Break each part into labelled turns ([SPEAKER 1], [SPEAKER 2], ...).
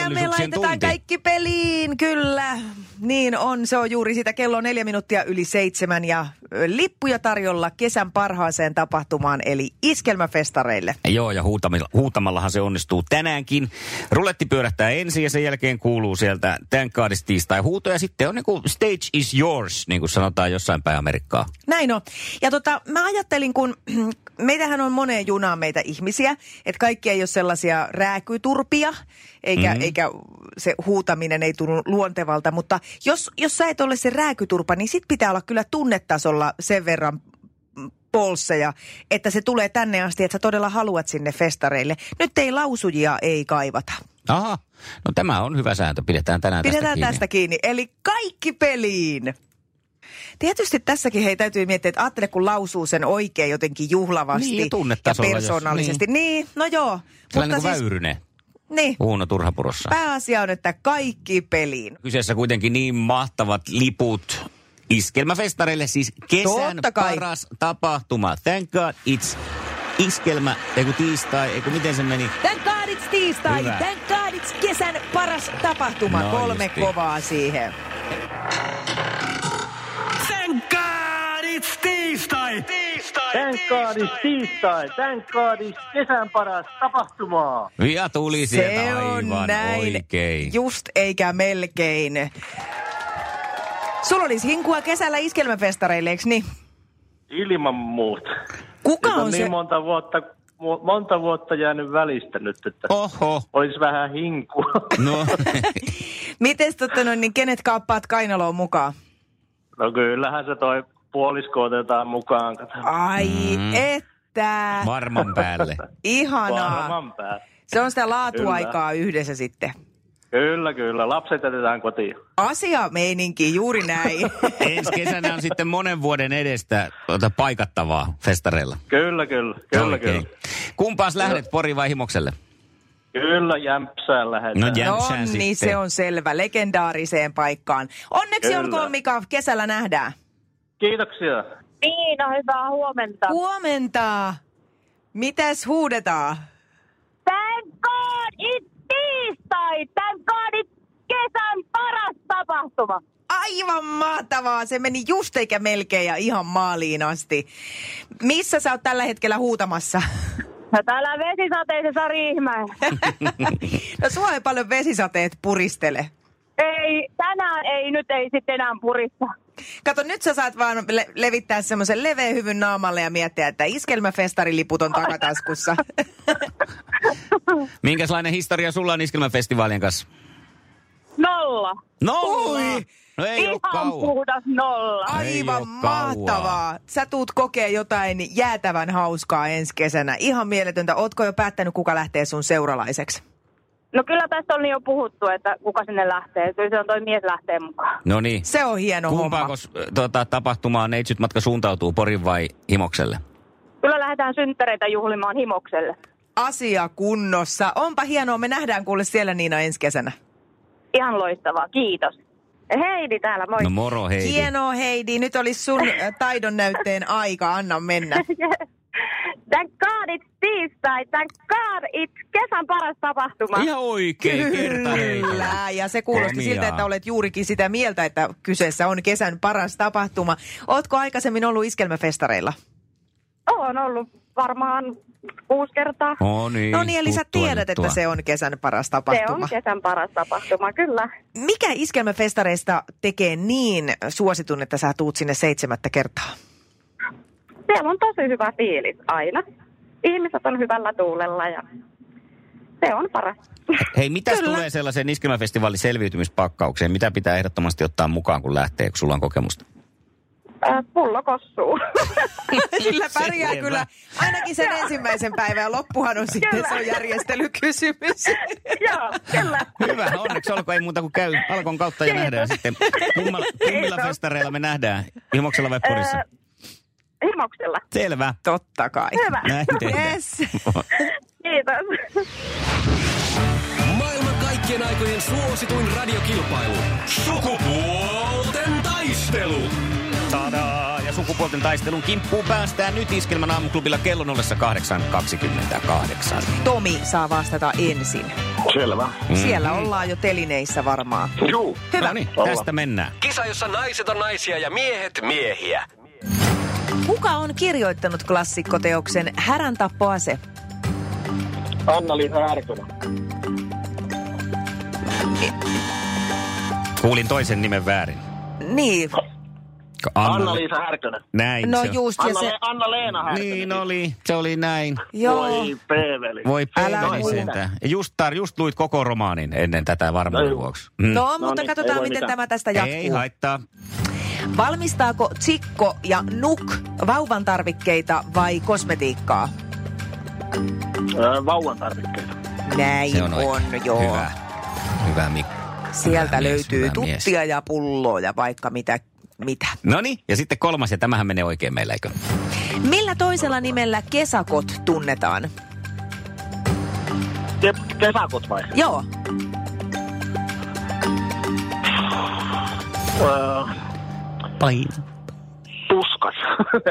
[SPEAKER 1] Ja me laitetaan kaikki peliin, kyllä. Niin on, se on juuri sitä. Kello on neljä minuuttia yli seitsemän ja ö, lippuja tarjolla kesän parhaaseen tapahtumaan, eli iskelmäfestareille.
[SPEAKER 2] Joo, ja huutamilla, huutamallahan se onnistuu tänäänkin. Ruletti pyörähtää ensin ja sen jälkeen kuuluu sieltä Thank God it's tiistai huuto. Ja sitten on niin kuin stage is yours, niin kuin sanotaan jossain päin Amerikkaa.
[SPEAKER 1] Näin on. Ja tota, mä ajattelin, kun meitähän on moneen junaan meitä ihmisiä, että kaikki ei ole sellaisia rääkyturpia, eikä, mm. eikä se huutaminen ei tunnu luontevalta, mutta jos, jos sä et ole se rääkyturpa, niin sit pitää olla kyllä tunnetasolla sen verran polseja, että se tulee tänne asti, että sä todella haluat sinne festareille. Nyt ei lausujia ei kaivata.
[SPEAKER 2] Aha, no tämä on hyvä sääntö. Pidetään tänään
[SPEAKER 1] Pidetään
[SPEAKER 2] tästä
[SPEAKER 1] tästä kiinni. Eli kaikki peliin! Tietysti tässäkin hei täytyy miettiä, että ajattele kun lausuu sen oikein jotenkin juhlavasti
[SPEAKER 2] Niin, ja tunnetasolla jos-
[SPEAKER 1] persoonallisesti. Niin. niin, no joo.
[SPEAKER 2] Sellainen niin kuin siis... väyryne
[SPEAKER 1] niin,
[SPEAKER 2] Uuno Turhapurossa.
[SPEAKER 1] pääasia on, että kaikki peliin.
[SPEAKER 2] Kyseessä kuitenkin niin mahtavat liput iskelmäfestareille, siis kesän
[SPEAKER 1] Totta kai.
[SPEAKER 2] paras tapahtuma. Thank God it's iskelmä, eiku tiistai, eiku miten se meni?
[SPEAKER 1] Thank God it's tiistai,
[SPEAKER 2] Hyvä.
[SPEAKER 1] thank God it's kesän paras tapahtuma.
[SPEAKER 2] No
[SPEAKER 1] Kolme
[SPEAKER 2] justi.
[SPEAKER 1] kovaa siihen.
[SPEAKER 3] Thank God it's tiistai!
[SPEAKER 4] Thank God it's tiistai. Thank God it's kesän paras tapahtumaa.
[SPEAKER 2] Ja tuli sieltä
[SPEAKER 1] Se on
[SPEAKER 2] aivan
[SPEAKER 1] näin,
[SPEAKER 2] oikein.
[SPEAKER 1] just eikä melkein. Sulla olisi hinkua kesällä iskelmäfestareille, eikö niin?
[SPEAKER 4] Ilman muuta.
[SPEAKER 1] Kuka
[SPEAKER 4] Nyt on
[SPEAKER 1] on se?
[SPEAKER 4] niin monta vuotta, mu- monta vuotta jäänyt välistä nyt, että
[SPEAKER 2] Oho.
[SPEAKER 4] olisi vähän hinkua.
[SPEAKER 2] No,
[SPEAKER 1] Mites totta noin, niin kenet kaappaat kainaloon mukaan?
[SPEAKER 4] No kyllähän se toi puolisko otetaan mukaan. Kato.
[SPEAKER 1] Ai mm. että,
[SPEAKER 2] varman päälle.
[SPEAKER 1] ihanaa.
[SPEAKER 4] Varman pää.
[SPEAKER 1] Se on sitä laatuaikaa yhdessä sitten.
[SPEAKER 4] Kyllä, kyllä. Lapset jätetään kotiin.
[SPEAKER 1] Asia meininki, juuri näin. No
[SPEAKER 2] Ensi kesänä on sitten monen vuoden edestä tuota, paikattavaa festareilla.
[SPEAKER 4] Kyllä, kyllä. Kyllä,
[SPEAKER 2] Oikein.
[SPEAKER 4] kyllä.
[SPEAKER 2] Kumpaas lähdet, Pori vai Himokselle?
[SPEAKER 4] Kyllä jämpsään
[SPEAKER 2] No
[SPEAKER 1] no
[SPEAKER 4] lähdetään.
[SPEAKER 2] jämsään sitten.
[SPEAKER 1] niin, se on selvä, legendaariseen paikkaan. Onneksi
[SPEAKER 4] Kyllä.
[SPEAKER 1] olkoon Mika, kesällä nähdään.
[SPEAKER 4] Kiitoksia.
[SPEAKER 5] Niina, hyvää huomenta.
[SPEAKER 1] Huomenta. Mitäs huudetaan?
[SPEAKER 5] Thank God it's tiistai! Thank God it's kesän paras tapahtuma.
[SPEAKER 1] Aivan mahtavaa. Se meni just eikä melkein ja ihan maaliin asti. Missä sä oot tällä hetkellä huutamassa?
[SPEAKER 5] Ja täällä vesisateisessa Riihimäessä.
[SPEAKER 1] No sua ei paljon vesisateet puristele.
[SPEAKER 5] ei, tänään ei nyt ei sitten enää purista.
[SPEAKER 1] Kato, nyt sä saat vaan le- levittää semmoisen leveän hyvyn naamalle ja miettiä, että iskelmäfestariliput on takataskussa.
[SPEAKER 2] Minkälainen historia sulla on iskelmäfestivaalien kanssa?
[SPEAKER 5] Nolla.
[SPEAKER 2] Nolla!
[SPEAKER 1] Ui!
[SPEAKER 2] No ei ole
[SPEAKER 5] Ihan
[SPEAKER 2] kauan.
[SPEAKER 5] puhdas nolla.
[SPEAKER 1] Aivan
[SPEAKER 2] oo kauaa.
[SPEAKER 1] mahtavaa. Sä tuut kokea jotain jäätävän hauskaa ensi kesänä. Ihan mieletöntä. Ootko jo päättänyt, kuka lähtee sun seuralaiseksi?
[SPEAKER 5] No kyllä tästä on jo puhuttu, että kuka sinne lähtee. Kyllä se on toi mies lähtee mukaan.
[SPEAKER 2] No niin.
[SPEAKER 1] Se on hieno homma.
[SPEAKER 2] Kumpaako tuota, tapahtumaan neitsytmatka suuntautuu Porin vai Himokselle?
[SPEAKER 5] Kyllä lähdetään synttereitä juhlimaan himokselle.
[SPEAKER 1] Asia kunnossa. Onpa hienoa. Me nähdään kuule siellä Niina ensi kesänä.
[SPEAKER 5] Ihan loistavaa, kiitos. Heidi täällä, moi.
[SPEAKER 2] No moro hei.
[SPEAKER 1] Hienoa Heidi. Nyt olisi sun äh, taidon näytteen aika. Anna mennä.
[SPEAKER 5] Thank God it's tiistai, thank God it's kesän paras tapahtuma.
[SPEAKER 2] Ihan oikein kerta heitolla.
[SPEAKER 1] Kyllä, ja se kuulosti
[SPEAKER 2] Komiaa.
[SPEAKER 1] siltä, että olet juurikin sitä mieltä, että kyseessä on kesän paras tapahtuma. Ootko aikaisemmin ollut iskelmäfestareilla?
[SPEAKER 5] On ollut varmaan kuusi kertaa.
[SPEAKER 2] No niin,
[SPEAKER 1] No niin, eli sä
[SPEAKER 2] tuttua,
[SPEAKER 1] tiedät,
[SPEAKER 2] tuttua.
[SPEAKER 1] että se on kesän paras
[SPEAKER 5] Se
[SPEAKER 1] tapahtuma.
[SPEAKER 5] on kesän paras tapahtuma, kyllä.
[SPEAKER 1] Mikä iskelmäfestareista tekee niin suositun, että sä tuut sinne seitsemättä kertaa?
[SPEAKER 5] Siellä on tosi hyvä fiilis aina. Ihmiset on hyvällä tuulella ja se on paras.
[SPEAKER 2] Hei, mitä
[SPEAKER 1] Kyllä.
[SPEAKER 2] tulee sellaiseen iskelmäfestivaalin selviytymispakkaukseen? Mitä pitää ehdottomasti ottaa mukaan, kun lähtee, kun sulla on kokemusta?
[SPEAKER 5] Äh, Pullo kossuu.
[SPEAKER 1] Sillä pärjää
[SPEAKER 2] Selvä.
[SPEAKER 1] kyllä ainakin sen ensimmäisen päivän ja loppuhan on sitten
[SPEAKER 5] Kyllä.
[SPEAKER 1] se on järjestelykysymys.
[SPEAKER 5] Joo, kyllä.
[SPEAKER 2] Hyvä, onneksi onneksi olkoon, ei muuta kuin käy alkon kautta ja nähdään sitten. Kummilla, kummilla
[SPEAKER 5] Kiitos.
[SPEAKER 2] festareilla me nähdään? Himoksella vai Porissa?
[SPEAKER 5] Öö, Himoksella.
[SPEAKER 2] Selvä.
[SPEAKER 1] Totta kai.
[SPEAKER 5] Hyvä.
[SPEAKER 2] Näin tehdään.
[SPEAKER 1] Yes.
[SPEAKER 5] Kiitos.
[SPEAKER 3] Maailman kaikkien aikojen suosituin radiokilpailu. Sukupuolten taistelu.
[SPEAKER 2] Tadaa! Ja sukupuolten taistelun kimppuun päästään nyt Iskelmän aamuklubilla kello 08.28.
[SPEAKER 1] Tomi saa vastata ensin.
[SPEAKER 4] Selvä.
[SPEAKER 2] Mm.
[SPEAKER 1] Siellä ollaan jo telineissä varmaan.
[SPEAKER 4] Juu.
[SPEAKER 1] Hyvä.
[SPEAKER 2] No niin,
[SPEAKER 4] Olla.
[SPEAKER 2] tästä mennään.
[SPEAKER 3] Kisa, jossa naiset on naisia ja miehet miehiä.
[SPEAKER 1] Kuka on kirjoittanut klassikkoteoksen Härän tappoase?
[SPEAKER 4] Anna-Liisa Härkönä.
[SPEAKER 2] Kuulin toisen nimen väärin.
[SPEAKER 1] Niin,
[SPEAKER 2] Ka- Anna-
[SPEAKER 4] Anna-Liisa Härkönä.
[SPEAKER 2] Näin
[SPEAKER 1] no
[SPEAKER 2] se on.
[SPEAKER 1] just. Ja
[SPEAKER 4] Anna,
[SPEAKER 1] se,
[SPEAKER 4] Anna-Leena Härkönen.
[SPEAKER 2] Niin oli, se oli näin.
[SPEAKER 1] joo.
[SPEAKER 4] Voi peeveli.
[SPEAKER 2] Voi
[SPEAKER 1] Älä
[SPEAKER 2] peiveli
[SPEAKER 1] muuta.
[SPEAKER 2] sentään. Ja Just, tar, just luit koko romaanin ennen tätä varmuuden
[SPEAKER 4] No juu.
[SPEAKER 2] vuoksi. Mm.
[SPEAKER 1] No,
[SPEAKER 4] No
[SPEAKER 1] mutta
[SPEAKER 4] niin, ei
[SPEAKER 1] katsotaan,
[SPEAKER 4] voi
[SPEAKER 1] miten
[SPEAKER 4] mitään.
[SPEAKER 1] tämä tästä jatkuu.
[SPEAKER 2] Ei haittaa.
[SPEAKER 1] Valmistaako Tsikko ja Nuk vauvan tarvikkeita vai kosmetiikkaa?
[SPEAKER 4] Öö, Vauvan tarvikkeita.
[SPEAKER 1] Näin
[SPEAKER 2] Se
[SPEAKER 1] on,
[SPEAKER 2] on,
[SPEAKER 1] on
[SPEAKER 2] oikein.
[SPEAKER 1] joo.
[SPEAKER 2] Hyvä. Hyvä Mikko.
[SPEAKER 1] Sieltä
[SPEAKER 2] Hyvä mies,
[SPEAKER 1] löytyy
[SPEAKER 2] hyvä mies.
[SPEAKER 1] tuttia ja pulloa ja vaikka mitä. mitä.
[SPEAKER 2] No niin, ja sitten kolmas, ja tämähän menee oikein meillä, eikö?
[SPEAKER 1] Millä toisella nimellä kesakot tunnetaan?
[SPEAKER 4] Ke- kesäkot vai?
[SPEAKER 1] Joo,
[SPEAKER 4] Öö,
[SPEAKER 2] Pain.
[SPEAKER 4] puskas.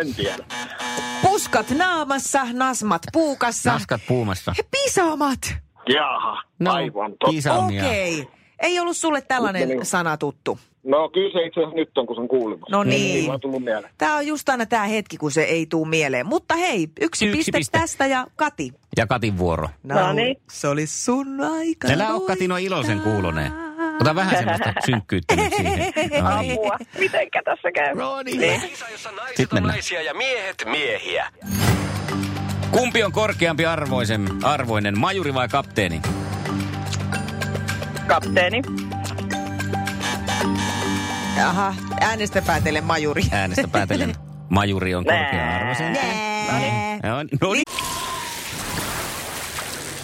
[SPEAKER 4] en tiedä.
[SPEAKER 1] puskat naamassa, nasmat puukassa,
[SPEAKER 2] Naskat puumassa.
[SPEAKER 1] he pisamat.
[SPEAKER 4] Jaha, no. aivan totta.
[SPEAKER 2] Kisamia.
[SPEAKER 1] Okei. Okay. Ei ollut sulle tällainen
[SPEAKER 4] Kuuntelin.
[SPEAKER 1] sana tuttu.
[SPEAKER 4] No kyllä se itse asiassa nyt on, kun sen kuulimassa.
[SPEAKER 1] No niin.
[SPEAKER 4] Ei vaan tullut mieleen.
[SPEAKER 1] Tämä on just aina tämä hetki, kun se ei tuu mieleen. Mutta hei, yksi,
[SPEAKER 2] Yksi
[SPEAKER 1] piste,
[SPEAKER 2] piste.
[SPEAKER 1] tästä ja Kati.
[SPEAKER 2] Ja Katin vuoro.
[SPEAKER 5] No niin.
[SPEAKER 1] Se oli sun aika.
[SPEAKER 2] Älä oo Katino iloisen kuuloneen. Ota vähän semmoista synkkyyttä nyt siihen. No niin.
[SPEAKER 5] Apua. Mitenkä tässä käy?
[SPEAKER 2] No niin.
[SPEAKER 3] Kisa, jossa naiset
[SPEAKER 2] Sitten
[SPEAKER 3] on
[SPEAKER 2] mennään.
[SPEAKER 3] naisia ja miehet miehiä.
[SPEAKER 2] Kumpi on korkeampi arvoisen, arvoinen, majuri vai kapteeni?
[SPEAKER 5] Kapteeni.
[SPEAKER 1] Aha, äänestäpää teille majuri.
[SPEAKER 2] Äänestä päätellen. Majuri on
[SPEAKER 5] Nää.
[SPEAKER 2] korkea-arvoisempi.
[SPEAKER 1] Nää.
[SPEAKER 2] No niin. No niin.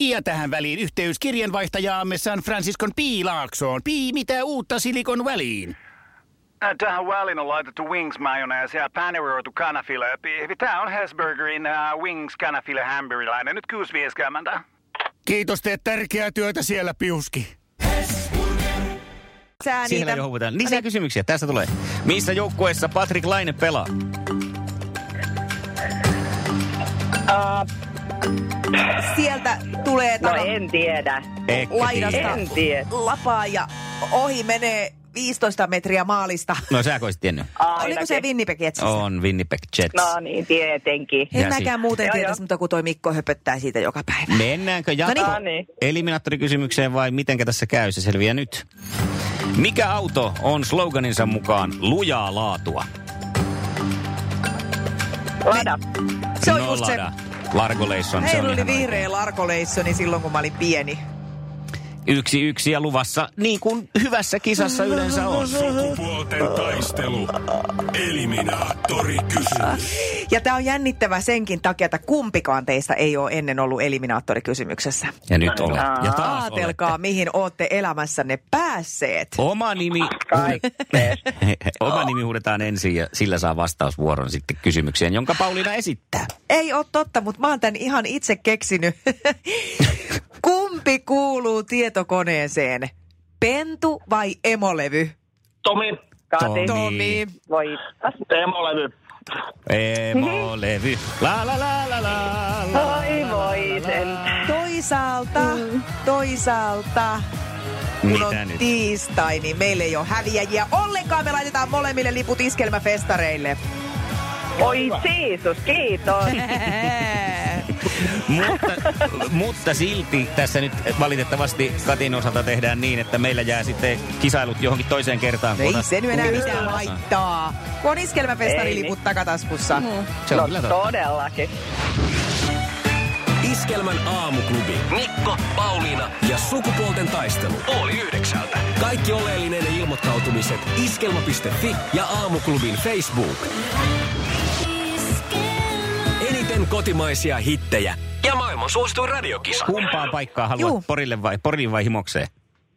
[SPEAKER 6] Ja tähän väliin yhteys kirjanvaihtajaamme San Franciscon P. Laaksoon. P. Mitä uutta Silikon väliin?
[SPEAKER 7] Ä, Äh, Tähän väliin on laitettu wings mayonnaise ja paneroitu kanafila. Tämä on Hesburgerin äh, wings kanafila hamburilainen. Nyt kuusi vieskäämäntä.
[SPEAKER 6] Kiitos, teet tärkeää työtä siellä, Piuski.
[SPEAKER 1] Sä
[SPEAKER 2] Siellä
[SPEAKER 1] niitä...
[SPEAKER 2] jo huuvutaan. Lisää kysymyksiä. Tästä tulee. Missä joukkueessa Patrick Laine pelaa?
[SPEAKER 1] Sieltä tulee
[SPEAKER 5] No
[SPEAKER 1] tano,
[SPEAKER 5] en tiedä.
[SPEAKER 2] Eikö
[SPEAKER 1] laidasta
[SPEAKER 2] tiedä?
[SPEAKER 5] En tiedä.
[SPEAKER 1] lapaa ja ohi menee 15 metriä maalista.
[SPEAKER 2] No sä koisit tiennyt.
[SPEAKER 5] Ainakin.
[SPEAKER 1] Oliko se Winnipeg Jetsissä?
[SPEAKER 2] On Winnipeg Jets.
[SPEAKER 5] No niin, tietenkin.
[SPEAKER 1] En
[SPEAKER 2] Ja
[SPEAKER 1] mäkään
[SPEAKER 2] siinä.
[SPEAKER 1] muuten
[SPEAKER 5] Joo,
[SPEAKER 1] tietäisi,
[SPEAKER 5] joo.
[SPEAKER 1] mutta kun toi Mikko höpöttää siitä joka päivä.
[SPEAKER 2] Mennäänkö jatko?
[SPEAKER 1] No
[SPEAKER 5] No niin.
[SPEAKER 2] Eliminaattorikysymykseen vai mitenkä tässä käy? Se selviää nyt. Mikä auto on sloganinsa mukaan lujaa laatua?
[SPEAKER 5] Lada.
[SPEAKER 1] Se on
[SPEAKER 2] no,
[SPEAKER 1] just se...
[SPEAKER 2] Lada. Largo Leisson, se on
[SPEAKER 1] Heillä oli
[SPEAKER 2] ihan
[SPEAKER 1] vihreä larkoleissoni silloin, kun mä olin pieni.
[SPEAKER 2] oikein. Yksi yksi ja luvassa, niin kuin hyvässä kisassa yleensä on.
[SPEAKER 8] Sukupuolten taistelu. Eliminaattori kysymys.
[SPEAKER 1] Ja tämä on jännittävä senkin takia, että kumpikaan teistä ei ole ennen ollut eliminaattorikysymyksessä.
[SPEAKER 2] Ja nyt olet. Ja taas
[SPEAKER 1] Aatelkaa,
[SPEAKER 2] olette.
[SPEAKER 1] mihin ootte elämässänne päässeet.
[SPEAKER 2] Oma nimi, Oma nimi huudetaan ensin ja sillä saa vastausvuoron sitten kysymykseen, jonka Pauliina esittää.
[SPEAKER 1] Ei ole totta, mutta mä oon tämän ihan itse keksinyt. Kumpi kuuluu tietokoneeseen? Pentu vai emolevy?
[SPEAKER 4] Tomi,
[SPEAKER 5] Kati.
[SPEAKER 1] Tomi.
[SPEAKER 5] Voi.
[SPEAKER 4] Teemo-levy.
[SPEAKER 2] Emo-levy. La la la la la la.
[SPEAKER 5] Oi voi sen.
[SPEAKER 1] Toisaalta, toisaalta, kun on
[SPEAKER 2] Mitä nyt?
[SPEAKER 1] tiistai, niin meillä ei ole häviäjiä. Ollenkaan me laitetaan molemmille liput iskelmäfestareille.
[SPEAKER 5] Oi Jeesus, kiitos.
[SPEAKER 2] mutta, mutta silti tässä nyt valitettavasti Katin osalta tehdään niin, että meillä jää sitten kisailut johonkin toiseen kertaan.
[SPEAKER 1] No ei
[SPEAKER 2] Tuota-
[SPEAKER 1] se nyt enää
[SPEAKER 2] Ei.
[SPEAKER 1] mitään haittaa. Kun on iskelmäfestari
[SPEAKER 5] Ei niin.
[SPEAKER 1] liput takataskussa.
[SPEAKER 2] Se on kyllä
[SPEAKER 5] no
[SPEAKER 2] totta.
[SPEAKER 5] todellakin.
[SPEAKER 3] Iskelmän aamuklubi. Mikko, Pauliina ja sukupuolten taistelu. Oli yhdeksältä. Kaikki oleellinen ilmoittautumiset iskelma.fi ja aamuklubin Facebook. Eniten kotimaisia hittejä ja maailman suosituin radiokisa.
[SPEAKER 2] Kumpaan paikkaan haluat?
[SPEAKER 1] Juu.
[SPEAKER 2] Porille vai, Porin vai Himokseen?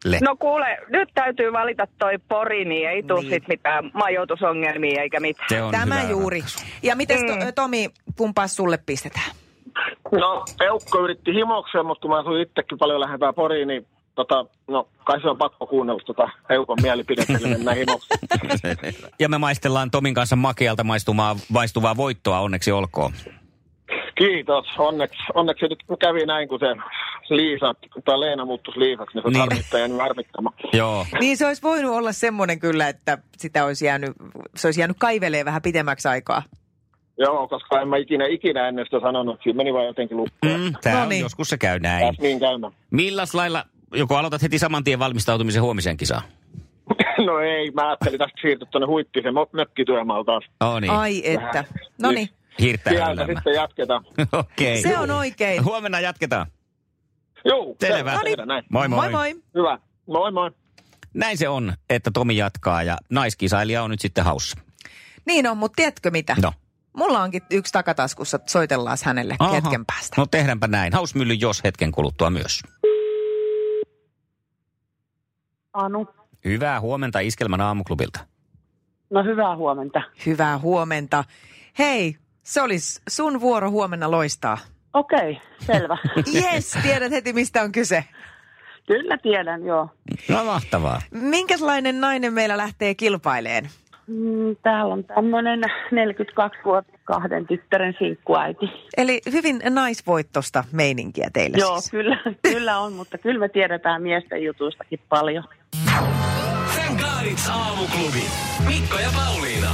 [SPEAKER 2] Le.
[SPEAKER 5] No kuule, nyt täytyy valita toi pori, niin ei tule
[SPEAKER 1] Niin.
[SPEAKER 5] sit mitään majoitusongelmia eikä mitään.
[SPEAKER 2] Se on
[SPEAKER 1] Tämä
[SPEAKER 2] hyvä
[SPEAKER 1] juuri.
[SPEAKER 2] ratkaisu.
[SPEAKER 1] Ja miten to,
[SPEAKER 5] Mm.
[SPEAKER 1] Tomi, kumpaa sulle pistetään?
[SPEAKER 4] No, Eukko yritti himokseen, mutta kun mä asuin itsekin paljon lähempää Poriin, niin tota, no, kai se on pakko kuunnella tota Eukon mielipidettä, niin mennään himokseen.
[SPEAKER 2] Ja me maistellaan Tomin kanssa makealta maistuvaa, maistuvaa voittoa, onneksi olkoon.
[SPEAKER 4] Kiitos, onneksi, onneksi nyt kävi näin, kun se Liisa, tai Leena muuttuisi Liisaksi, niin se on
[SPEAKER 2] Niin.
[SPEAKER 4] niin. harmittaja nyt harmittamaan.
[SPEAKER 2] Joo.
[SPEAKER 1] Niin se olisi voinut olla semmoinen kyllä, että sitä olisi jäänyt, se olisi jäänyt kaivelee vähän pitemmäksi aikaa.
[SPEAKER 4] Joo, koska en mä ikinä, ikinä ennen sitä sanonut, siinä meni vaan jotenkin lukkoon. Mm.
[SPEAKER 2] Mm, tää on,
[SPEAKER 1] Noniin.
[SPEAKER 2] joskus se käy näin.
[SPEAKER 4] Pääs niin käymään.
[SPEAKER 2] Milläs lailla, joko aloitat heti saman tien valmistautumisen huomiseen kisaan?
[SPEAKER 4] No ei, mä ajattelin tästä siirtyä tuonne huittisen mo- mökkityömaalle taas.
[SPEAKER 2] Oh niin,
[SPEAKER 1] Ai että. No niin.
[SPEAKER 2] hirttää
[SPEAKER 4] Sieltä
[SPEAKER 2] elämä.
[SPEAKER 4] sitten jatketaan.
[SPEAKER 2] Okei.
[SPEAKER 1] Se on oikein.
[SPEAKER 2] Huomenna jatketaan.
[SPEAKER 4] Joo,
[SPEAKER 2] Selvä.
[SPEAKER 4] se- tehdään näin.
[SPEAKER 2] Moi moi.
[SPEAKER 1] Moi moi.
[SPEAKER 4] Hyvä. Moi moi.
[SPEAKER 2] Näin se on, että Tomi jatkaa ja naiskisailija on nyt sitten haussa.
[SPEAKER 1] Niin on, mutta tiedätkö mitä?
[SPEAKER 2] No.
[SPEAKER 1] Mulla onkin yksi takataskussa, soitellaan hänelle Aha. hetken päästä.
[SPEAKER 2] No tehdäänpä näin. Hausmylly jos hetken kuluttua myös.
[SPEAKER 9] Anu.
[SPEAKER 2] Hyvää huomenta Iskelmän aamuklubilta.
[SPEAKER 9] No hyvää huomenta.
[SPEAKER 1] Hyvää huomenta. Hei, se olisi sun vuoro huomenna loistaa.
[SPEAKER 9] Okei, selvä.
[SPEAKER 1] Yes, tiedät heti mistä on kyse.
[SPEAKER 9] Kyllä tiedän, joo.
[SPEAKER 2] No mahtavaa.
[SPEAKER 1] Minkälainen nainen meillä lähtee kilpaileen?
[SPEAKER 9] Mm, Täällä on tämmöinen 42-vuotias kahden tyttären sinkkuäiti.
[SPEAKER 1] Eli hyvin naisvoittosta meininkiä teillä
[SPEAKER 9] Joo,
[SPEAKER 1] siis.
[SPEAKER 9] kyllä, kyllä on, mutta kyllä me tiedetään miesten jutuistakin paljon.
[SPEAKER 3] Thank God it's aamuklubi. Mikko ja Pauliina.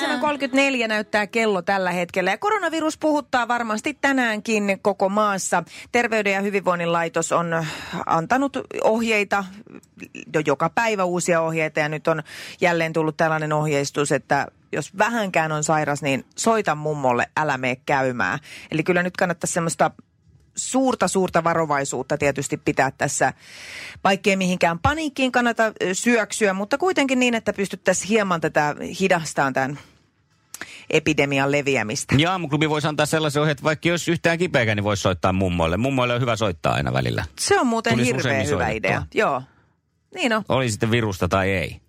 [SPEAKER 1] 7.34 näyttää kello tällä hetkellä ja koronavirus puhuttaa varmasti tänäänkin koko maassa. Terveyden ja hyvinvoinnin laitos on antanut ohjeita, jo joka päivä uusia ohjeita ja nyt on jälleen tullut tällainen ohjeistus, että jos vähänkään on sairas, niin soita mummolle, älä mene käymään. Eli kyllä nyt kannattaisi semmoista suurta, suurta varovaisuutta tietysti pitää tässä, vaikkei mihinkään paniikkiin kannata ö, syöksyä, mutta kuitenkin niin, että pystyttäisiin hieman tätä hidastaan tämän epidemian leviämistä.
[SPEAKER 2] Ja Niin aamuklubi voisi antaa sellaisen ohjeen, että vaikka jos yhtään kipeäkään, niin voisi soittaa mummoille. Mummoille on hyvä soittaa aina välillä.
[SPEAKER 1] Se on muuten
[SPEAKER 2] Tulisi
[SPEAKER 1] hirveän
[SPEAKER 2] useammin
[SPEAKER 1] hyvä
[SPEAKER 2] soitettua.
[SPEAKER 1] idea. Joo. Niin on.
[SPEAKER 2] Oli sitten virusta tai ei.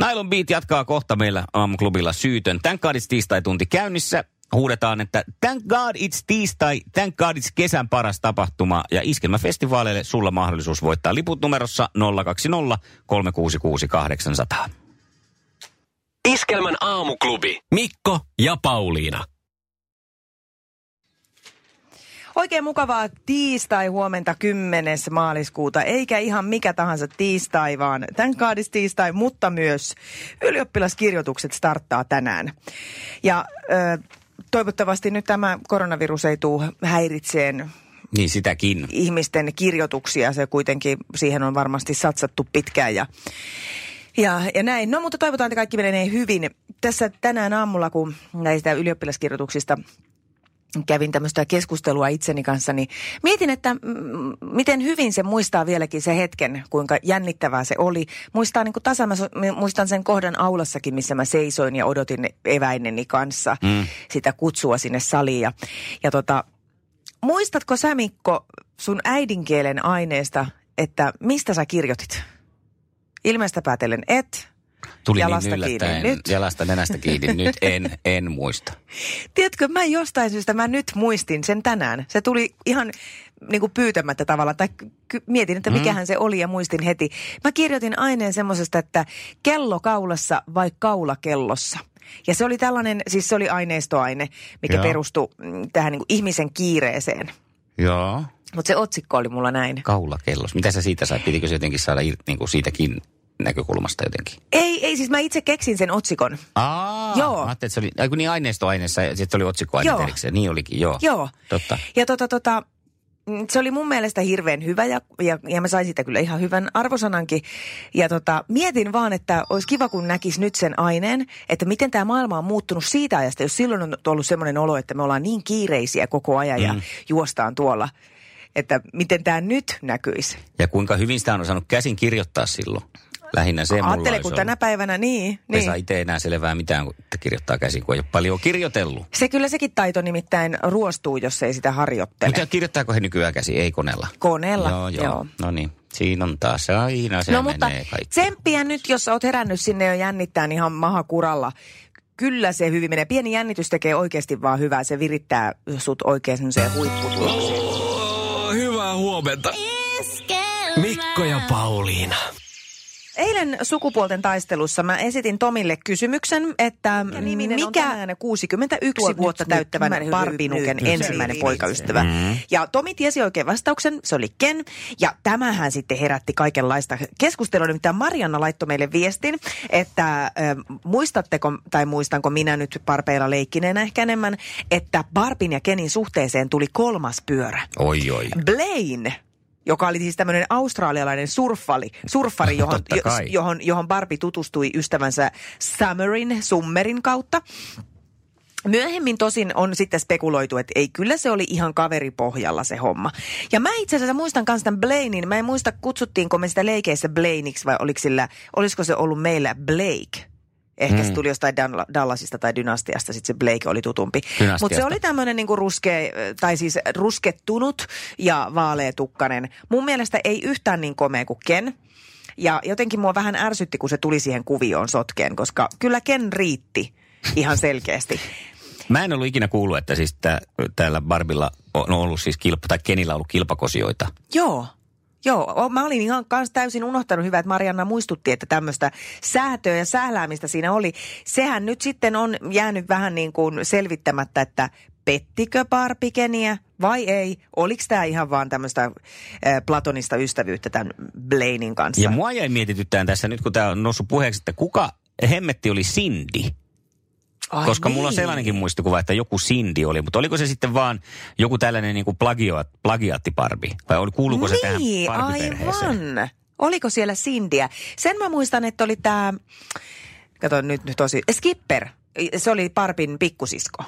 [SPEAKER 2] Nylon Beat jatkaa kohta meillä aamuklubilla syytön. Thank God it's tiistai-tunti käynnissä. Huudetaan, että thank God it's tiistai, thank God it's kesän paras tapahtuma. Ja iskelmäfestivaaleille sulla mahdollisuus voittaa liput numerossa 020 366 800.
[SPEAKER 3] Iskelmän aamuklubi. Mikko ja Pauliina.
[SPEAKER 1] Oikein mukavaa tiistai huomenta 10. maaliskuuta, eikä ihan mikä tahansa tiistai, vaan tämän kaadis tiistai, mutta myös ylioppilaskirjoitukset starttaa tänään. Ja ö, toivottavasti nyt tämä koronavirus ei tule häiritseen
[SPEAKER 2] Niin sitäkin.
[SPEAKER 1] ihmisten kirjoituksia. Se kuitenkin, siihen on varmasti satsattu pitkään ja, ja, ja näin. No mutta toivotaan, että kaikki menee hyvin. Tässä tänään aamulla, kun näistä ylioppilaskirjoituksista kävin tämmöistä keskustelua itseni kanssa, niin mietin, että mm, miten hyvin se muistaa vieläkin se hetken, kuinka jännittävää se oli. Muistaa niin kuin tasa, mä so- mä muistan sen kohdan aulassakin, missä mä seisoin ja odotin eväineni kanssa mm. sitä kutsua sinne saliin. Ja, ja tota, Muistatko sä Mikko sun äidinkielen aineesta, että mistä sä kirjoitit? Ilmeistä päätellen et.
[SPEAKER 2] Tuli
[SPEAKER 1] Jalasta
[SPEAKER 2] niin
[SPEAKER 1] kiinni
[SPEAKER 2] yllättäen.
[SPEAKER 1] nyt.
[SPEAKER 2] Jalasta nenästä kiinni nyt. En, en muista.
[SPEAKER 1] Tiedätkö, mä jostain syystä, mä nyt muistin sen tänään. Se tuli ihan niin kuin pyytämättä tavalla, tai ky- mietin, että mikähän se oli ja muistin heti. Mä kirjoitin aineen semmoisesta, että kello kaulassa vai kaula kellossa. Ja se oli tällainen, siis se oli aineistoaine, mikä
[SPEAKER 2] Joo.
[SPEAKER 1] perustui mm, tähän niin kuin ihmisen kiireeseen.
[SPEAKER 2] Joo.
[SPEAKER 1] Mutta se otsikko oli mulla näin.
[SPEAKER 2] Kaulakellos. Mitä sä siitä sait? Pitikö se jotenkin saada irti niin kuin siitäkin? näkökulmasta jotenkin.
[SPEAKER 1] Ei, ei, siis mä itse keksin sen otsikon.
[SPEAKER 2] Aa,
[SPEAKER 1] Joo.
[SPEAKER 2] Mä ajattelin, että se oli, ai kun niin aineistoaineessa ja sitten oli otsikkoaine
[SPEAKER 1] Joo.
[SPEAKER 2] erikseen. Niin olikin, joo.
[SPEAKER 1] Joo.
[SPEAKER 2] Totta.
[SPEAKER 1] Ja tota, tota, mm, se oli mun mielestä hirveän hyvä ja, ja, ja mä sain siitä kyllä ihan hyvän arvosanankin. Ja tota, mietin vaan, että olisi kiva kun näkisi nyt sen aineen, että miten tämä maailma on muuttunut siitä ajasta, jos silloin on ollut semmoinen olo, että me ollaan niin kiireisiä koko ajan mm. ja juostaan tuolla. Että miten tämä nyt näkyisi.
[SPEAKER 2] Ja kuinka hyvin sitä on osannut käsin kirjoittaa silloin. Lähinnä se mulla
[SPEAKER 1] Ajattele,
[SPEAKER 2] olisi
[SPEAKER 1] kun
[SPEAKER 2] ollut.
[SPEAKER 1] tänä päivänä, niin.
[SPEAKER 2] Ei
[SPEAKER 1] niin.
[SPEAKER 2] saa itse enää selvää mitään, kun kirjoittaa käsin, kun ei ole paljon kirjoitellut.
[SPEAKER 1] Se kyllä sekin taito nimittäin ruostuu, jos ei sitä harjoittele.
[SPEAKER 2] Mutta kirjoittaako he nykyään käsin, ei koneella?
[SPEAKER 1] Koneella.
[SPEAKER 2] Joo, joo. joo. No niin, siinä on taas aina se
[SPEAKER 1] no
[SPEAKER 2] menee
[SPEAKER 1] mutta
[SPEAKER 2] kaikki.
[SPEAKER 1] tsemppiä nyt, jos oot herännyt sinne jo jännittää niin ihan mahakuralla. Kyllä se hyvin menee. Pieni jännitys tekee oikeasti vaan hyvää. Se virittää sut oikein semmoiseen huipputulokseen.
[SPEAKER 3] Oh, hyvää huomenta. Mikko ja Pauliina.
[SPEAKER 1] Eilen sukupuolten taistelussa mä esitin Tomille kysymyksen, että mikä, mikä 61 vuotta täyttävän Barbinuken ensimmäinen poikaystävä. Ja Tomi tiesi oikein vastauksen, se oli Ken. Ja tämähän sitten herätti kaikenlaista keskustelua, mitä Marianna laittoi meille viestin, että äh, muistatteko tai muistanko minä nyt parpeilla leikkineenä ehkä enemmän, että Barbin ja Kenin suhteeseen tuli kolmas pyörä.
[SPEAKER 2] Oi, oi.
[SPEAKER 1] Blaine, joka oli siis tämmöinen australialainen surffali, surffari, johon,
[SPEAKER 2] Totta kai.
[SPEAKER 1] jo- johon, johon Barbie tutustui ystävänsä Summerin, Summerin kautta. Myöhemmin tosin on sitten spekuloitu, että ei, kyllä se oli ihan kaveripohjalla se homma. Ja mä itse asiassa muistan myös tämän Blainin. Mä en muista, kutsuttiinko me sitä leikeissä Blainiksi vai oliko sillä, olisiko se ollut meillä Blake? Ehkä se tuli jostain Dan- Dallasista tai Dynastiasta, sitten se Blake oli tutumpi.
[SPEAKER 2] Dynastiasta.
[SPEAKER 1] Mutta se oli tämmöinen niinku ruskea, tai siis ruskettunut ja vaaleetukkanen. Mun mielestä ei yhtään niin komea kuin Ken. Ja jotenkin mua vähän ärsytti, kun se tuli siihen kuvioon sotkeen, koska kyllä Ken riitti ihan selkeästi.
[SPEAKER 2] Mä en ollut ikinä kuullut, että siis tää, täällä Barbilla on ollut siis kilpa, tai Kenillä on ollut kilpakosioita.
[SPEAKER 1] Joo. Joo, o- mä olin ihan kans täysin unohtanut hyvä, että Marianna muistutti, että tämmöistä säätöä ja sähläämistä siinä oli. Sehän nyt sitten on jäänyt vähän niin kuin selvittämättä, että pettikö Barbikeniä vai ei. Oliko tämä ihan vaan tämmöistä eh, platonista ystävyyttä tämän Blainin kanssa?
[SPEAKER 2] Ja mua jäi mietityttään tässä nyt, kun tämä on noussut puheeksi, että kuka hemmetti oli Cindy?
[SPEAKER 1] Ai
[SPEAKER 2] Koska
[SPEAKER 1] niin.
[SPEAKER 2] mulla on sellainenkin muistikuva, että joku Cindy oli, mutta oliko se sitten vaan joku tällainen niin kuin plagiaat, plagiaattiparbi? Vai oli, kuuluuko se tähän
[SPEAKER 1] niin,
[SPEAKER 2] parbiperheeseen?
[SPEAKER 1] aivan. Oliko siellä Sindiä? Sen mä muistan, että oli tämä, kato nyt, nyt tosi, Skipper. Se oli Parpin pikkusisko.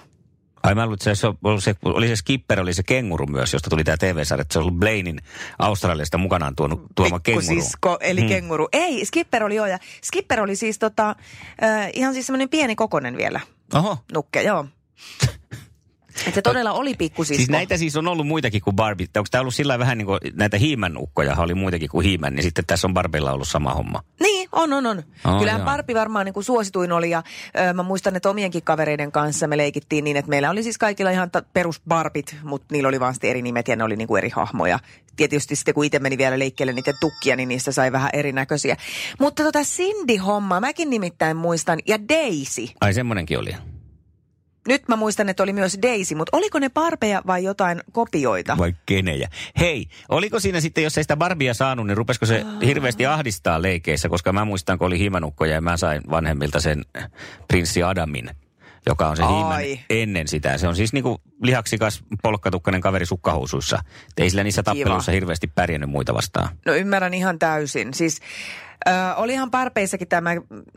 [SPEAKER 2] Ai mä luulen, että se, oli se, oli se Skipper, oli se kenguru myös, josta tuli tämä TV-sarja, että se on ollut Blainin Australiasta mukanaan tuonut, tuoma kenguru. Mm.
[SPEAKER 1] Pikkusisko, eli hmm. kenguru. Ei, Skipper oli joo. Ja Skipper oli siis tota, äh, ihan siis semmoinen pieni kokonen vielä
[SPEAKER 2] Oho.
[SPEAKER 1] nukke, joo. Et se todella oli pikkusisko.
[SPEAKER 2] Siis näitä siis on ollut muitakin kuin Barbie. Onko tämä ollut sillä lailla vähän niin kuin näitä hiimän ukkoja, oli muitakin kuin hiimän, niin sitten tässä on Barbilla ollut sama homma.
[SPEAKER 1] Niin, on, on, on.
[SPEAKER 2] On,
[SPEAKER 1] Oh, Kyllähän
[SPEAKER 2] joo.
[SPEAKER 1] Parpi varmaan niin kuin suosituin oli ja ö, mä muistan, että omienkin kavereiden kanssa me leikittiin niin, että meillä oli siis kaikilla ihan ta- perus Barbit, mutta niillä oli vaan sitten eri nimet ja ne oli niin kuin eri hahmoja. Tietysti sitten kun itse meni vielä liikkeelle niiden tukkia, niin niistä sai vähän erinäköisiä. Mutta tota Cindy-homma, mäkin nimittäin muistan, ja Daisy.
[SPEAKER 2] Ai semmonenkin oli.
[SPEAKER 1] Nyt mä muistan, että oli myös Daisy, mutta oliko ne parpeja vai jotain kopioita?
[SPEAKER 2] Vai kenejä. Hei, oliko siinä sitten, jos ei sitä Barbia saanut, niin rupesiko se hirveästi ahdistaa leikeissä? Koska mä muistan, kun oli hiimanukkoja ja mä sain vanhemmilta sen prinssi Adamin joka on se hiiman
[SPEAKER 1] Ai.
[SPEAKER 2] ennen sitä. Se on siis niinku lihaksikas, polkkatukkainen kaveri sukkahousuissa. Et Ei sillä niissä
[SPEAKER 1] Kiva.
[SPEAKER 2] tappeluissa hirveästi pärjännyt muita vastaan.
[SPEAKER 1] No ymmärrän ihan täysin. Siis äh, olihan parpeissakin tämä,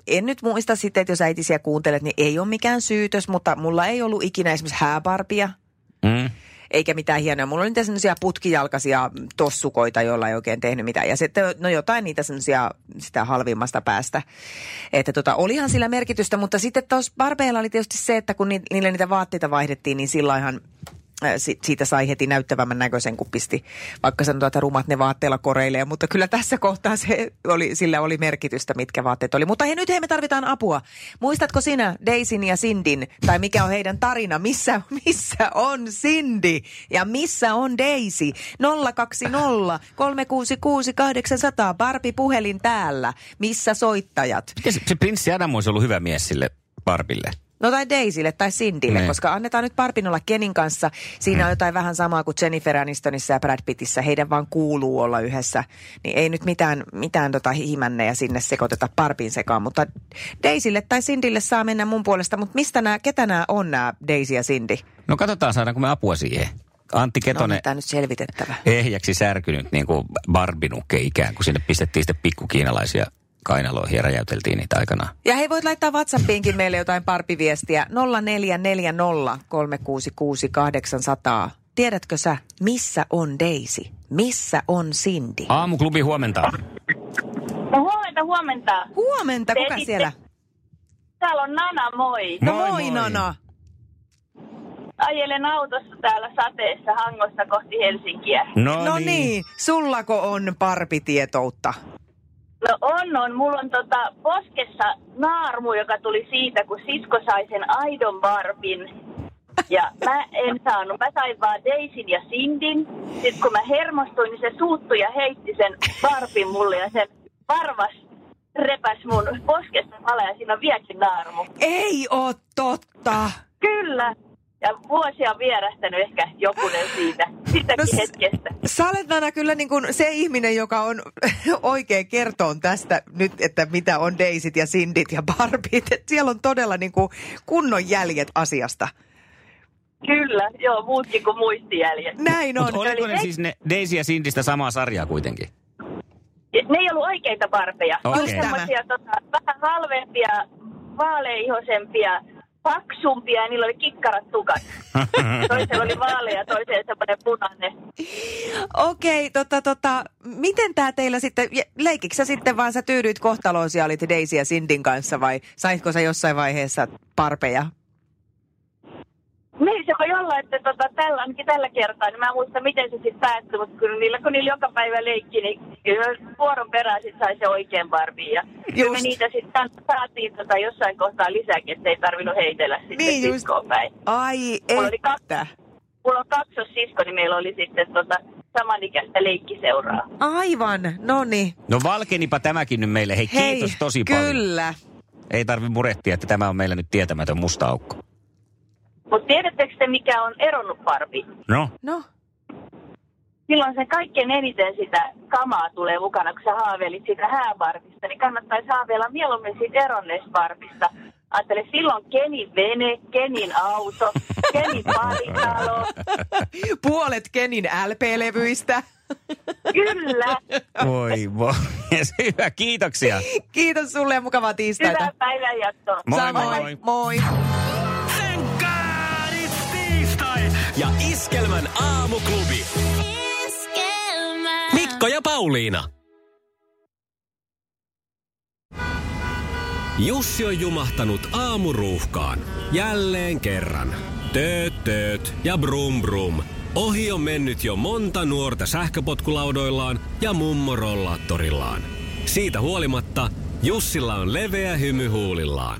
[SPEAKER 1] en nyt muista sitten, että jos äitisiä kuuntelet, niin ei ole mikään syytös, mutta mulla ei ollut ikinä esimerkiksi hääparpia.
[SPEAKER 2] Mm.
[SPEAKER 1] Eikä mitään hienoa. Mulla oli niitä semmoisia putkijalkaisia tossukoita, joilla ei oikein tehnyt mitään. Ja sitten, no jotain niitä semmoisia sitä halvimmasta päästä. Että tota, olihan sillä merkitystä, mutta sitten tuossa barbeilla oli tietysti se, että kun ni- niille niitä vaatteita vaihdettiin, niin silloinhan äh, si- siitä sai heti näyttävämmän näköisen, kun pisti, vaikka sanotaan, että rumat ne vaatteilla koreilee, mutta kyllä tässä kohtaa se oli, sillä oli merkitystä, mitkä vaatteet oli. Mutta hei, nyt hei, me tarvitaan apua. Muistatko sinä Daisin ja Sindin, tai mikä on heidän tarina? Missä, missä on Cindy ja missä on Daisy? 020 366 800, Barbi puhelin täällä. Missä soittajat?
[SPEAKER 2] Miten se, se prinssi Adam olisi ollut hyvä mies sille Barbille?
[SPEAKER 1] No tai Daisylle tai Cindylle,
[SPEAKER 2] Niin.
[SPEAKER 1] koska annetaan nyt Parpin olla Kenin kanssa. Siinä on jotain vähän samaa kuin Jennifer Anistonissa ja Brad Pittissä. Heidän vaan kuuluu olla yhdessä. Niin ei nyt mitään, mitään tota hihimännejä sinne sekoiteta Parpin sekaan. Mutta Daisylle tai Cindylle saa mennä mun puolesta. Mutta mistä nämä, ketä nämä on nämä Daisy ja Cindy?
[SPEAKER 2] No katsotaan saadaanko me apua siihen. Antti
[SPEAKER 1] No on
[SPEAKER 2] Ketonen
[SPEAKER 1] tämä nyt selvitettävä.
[SPEAKER 2] ehjäksi särkynyt niin kuin barbinukke ikään kuin sinne pistettiin sitten pikkukiinalaisia kainaloihin ja räjäyteltiin niitä aikanaan.
[SPEAKER 1] Ja hei, voit laittaa WhatsAppiinkin meille jotain parpiviestiä 0440 366 800. Tiedätkö sä, missä on Daisy? Missä on Cindy?
[SPEAKER 2] Aamuklubi huomenta.
[SPEAKER 9] No huomenta, huomenta.
[SPEAKER 1] Huomenta, kuka
[SPEAKER 9] Te-
[SPEAKER 1] siellä?
[SPEAKER 9] Täällä on Nana, moi.
[SPEAKER 1] No
[SPEAKER 2] Moi,
[SPEAKER 1] moi,
[SPEAKER 2] moi.
[SPEAKER 1] Nana.
[SPEAKER 9] Ajelen autossa täällä sateessa Hangosta kohti Helsinkiä.
[SPEAKER 1] No niin, sullako on parpitietoutta?
[SPEAKER 9] No on, on. Mulla on tota poskessa naarmu, joka tuli siitä, kun sisko sai sen aidon barbin. Ja mä en saanut. Mä sain vaan Deisin ja Sindin. Sitten kun mä hermostuin, niin se suuttui ja heitti sen barbin mulle ja sen varvas repäs mun poskesta pala ja siinä on vieläkin naarmu.
[SPEAKER 1] Ei oo totta.
[SPEAKER 9] Kyllä. Ja vuosia on vierähtänyt ehkä jokunen siitä.
[SPEAKER 1] No
[SPEAKER 9] Sitäkin
[SPEAKER 1] s-
[SPEAKER 9] hetkestä.
[SPEAKER 1] Sä olet Nana kyllä niin kuin se ihminen, joka on oikein kertoon tästä nyt, että mitä on Daisyt ja Cindyt ja Barbit. Et Siellä on todella niin kuin kunnon jäljet asiasta.
[SPEAKER 9] Kyllä, joo, muutkin kuin muistijäljet.
[SPEAKER 1] Näin on.
[SPEAKER 2] Mutta oliko ne
[SPEAKER 9] eli-
[SPEAKER 2] siis ne Daisy ja Sindistä samaa sarjaa kuitenkin?
[SPEAKER 9] Ja Ne ei ollut oikeita barbeja. Ne
[SPEAKER 2] Okei.
[SPEAKER 9] oli
[SPEAKER 1] Just tämä.
[SPEAKER 9] semmoisia tota, vähän halvempia, vaaleihoisempia, paksumpia ja niillä oli kikkarat tukat. Toisella oli vaalea ja toisella semmoinen punainen.
[SPEAKER 1] Okei, tota, tota, miten tämä teillä sitten, je- leikikö sä sitten vaan sä tyydyit kohtaloon ja olit Daisy ja Sindin kanssa vai saitko sä jossain vaiheessa parpeja?
[SPEAKER 9] Niin, se voi olla, että tota, tällä, ainakin tällä kertaa, niin mä en muista miten se sitten päättyi, mutta kun niillä, kun niillä joka päivä leikki, niin kyllä vuoron perään sitten sai se oikein barbiin. Ja kyllä me
[SPEAKER 1] Just.
[SPEAKER 9] niitä sitten saatiin tota, jossain kohtaa lisääkin, ettei tarvinnut heitellä sitten
[SPEAKER 1] Niin just.
[SPEAKER 9] niin päin.
[SPEAKER 1] Ai
[SPEAKER 9] Mulla oli
[SPEAKER 1] että.
[SPEAKER 9] kaksi. Mulla on kaksossisko, niin meillä oli sitten tota, samanikäistä leikkiseuraa.
[SPEAKER 1] Aivan, no niin.
[SPEAKER 2] No valkenipa tämäkin nyt meille. Hei,
[SPEAKER 1] Hei,
[SPEAKER 2] kiitos tosi paljon.
[SPEAKER 1] kyllä.
[SPEAKER 2] Ei tarvi murehtia, että tämä on meillä nyt tietämätön musta aukko.
[SPEAKER 9] Mutta tiedättekö te, mikä on eronnut parvi?
[SPEAKER 2] No,
[SPEAKER 1] No,
[SPEAKER 9] Silloin se kaikkein eniten sitä kamaa tulee mukana, kun sä haaveilit siitä häävarpista, niin kannattaisi haaveilla mieluummin siitä eronneesta varpista. Ajattele, silloin Kenin vene, Kenin auto, Kenin paritalo.
[SPEAKER 1] puolet Kenin LP-levyistä.
[SPEAKER 9] Kyllä,
[SPEAKER 1] Ah.
[SPEAKER 2] voi voi. Hyvä, kiitoksia.
[SPEAKER 1] Kiitos sulle ja mukavaa tiistaita.
[SPEAKER 9] hyvää päivänjatkoa.
[SPEAKER 2] Moi,
[SPEAKER 1] Samoin,
[SPEAKER 2] moi.
[SPEAKER 1] moi.
[SPEAKER 8] Senkkaarit tiistai!
[SPEAKER 3] Ja Iskelmän aamuklubi. Mikko ja Pauliina. Jussi on jumahtanut aamuruuhkaan. Jälleen kerran. Tööt, tööt ja brum brum. Ohi on mennyt jo monta nuorta sähköpotkulaudoillaan ja mummorollaattorillaan. Siitä huolimatta Jussilla on leveä hymy huulillaan.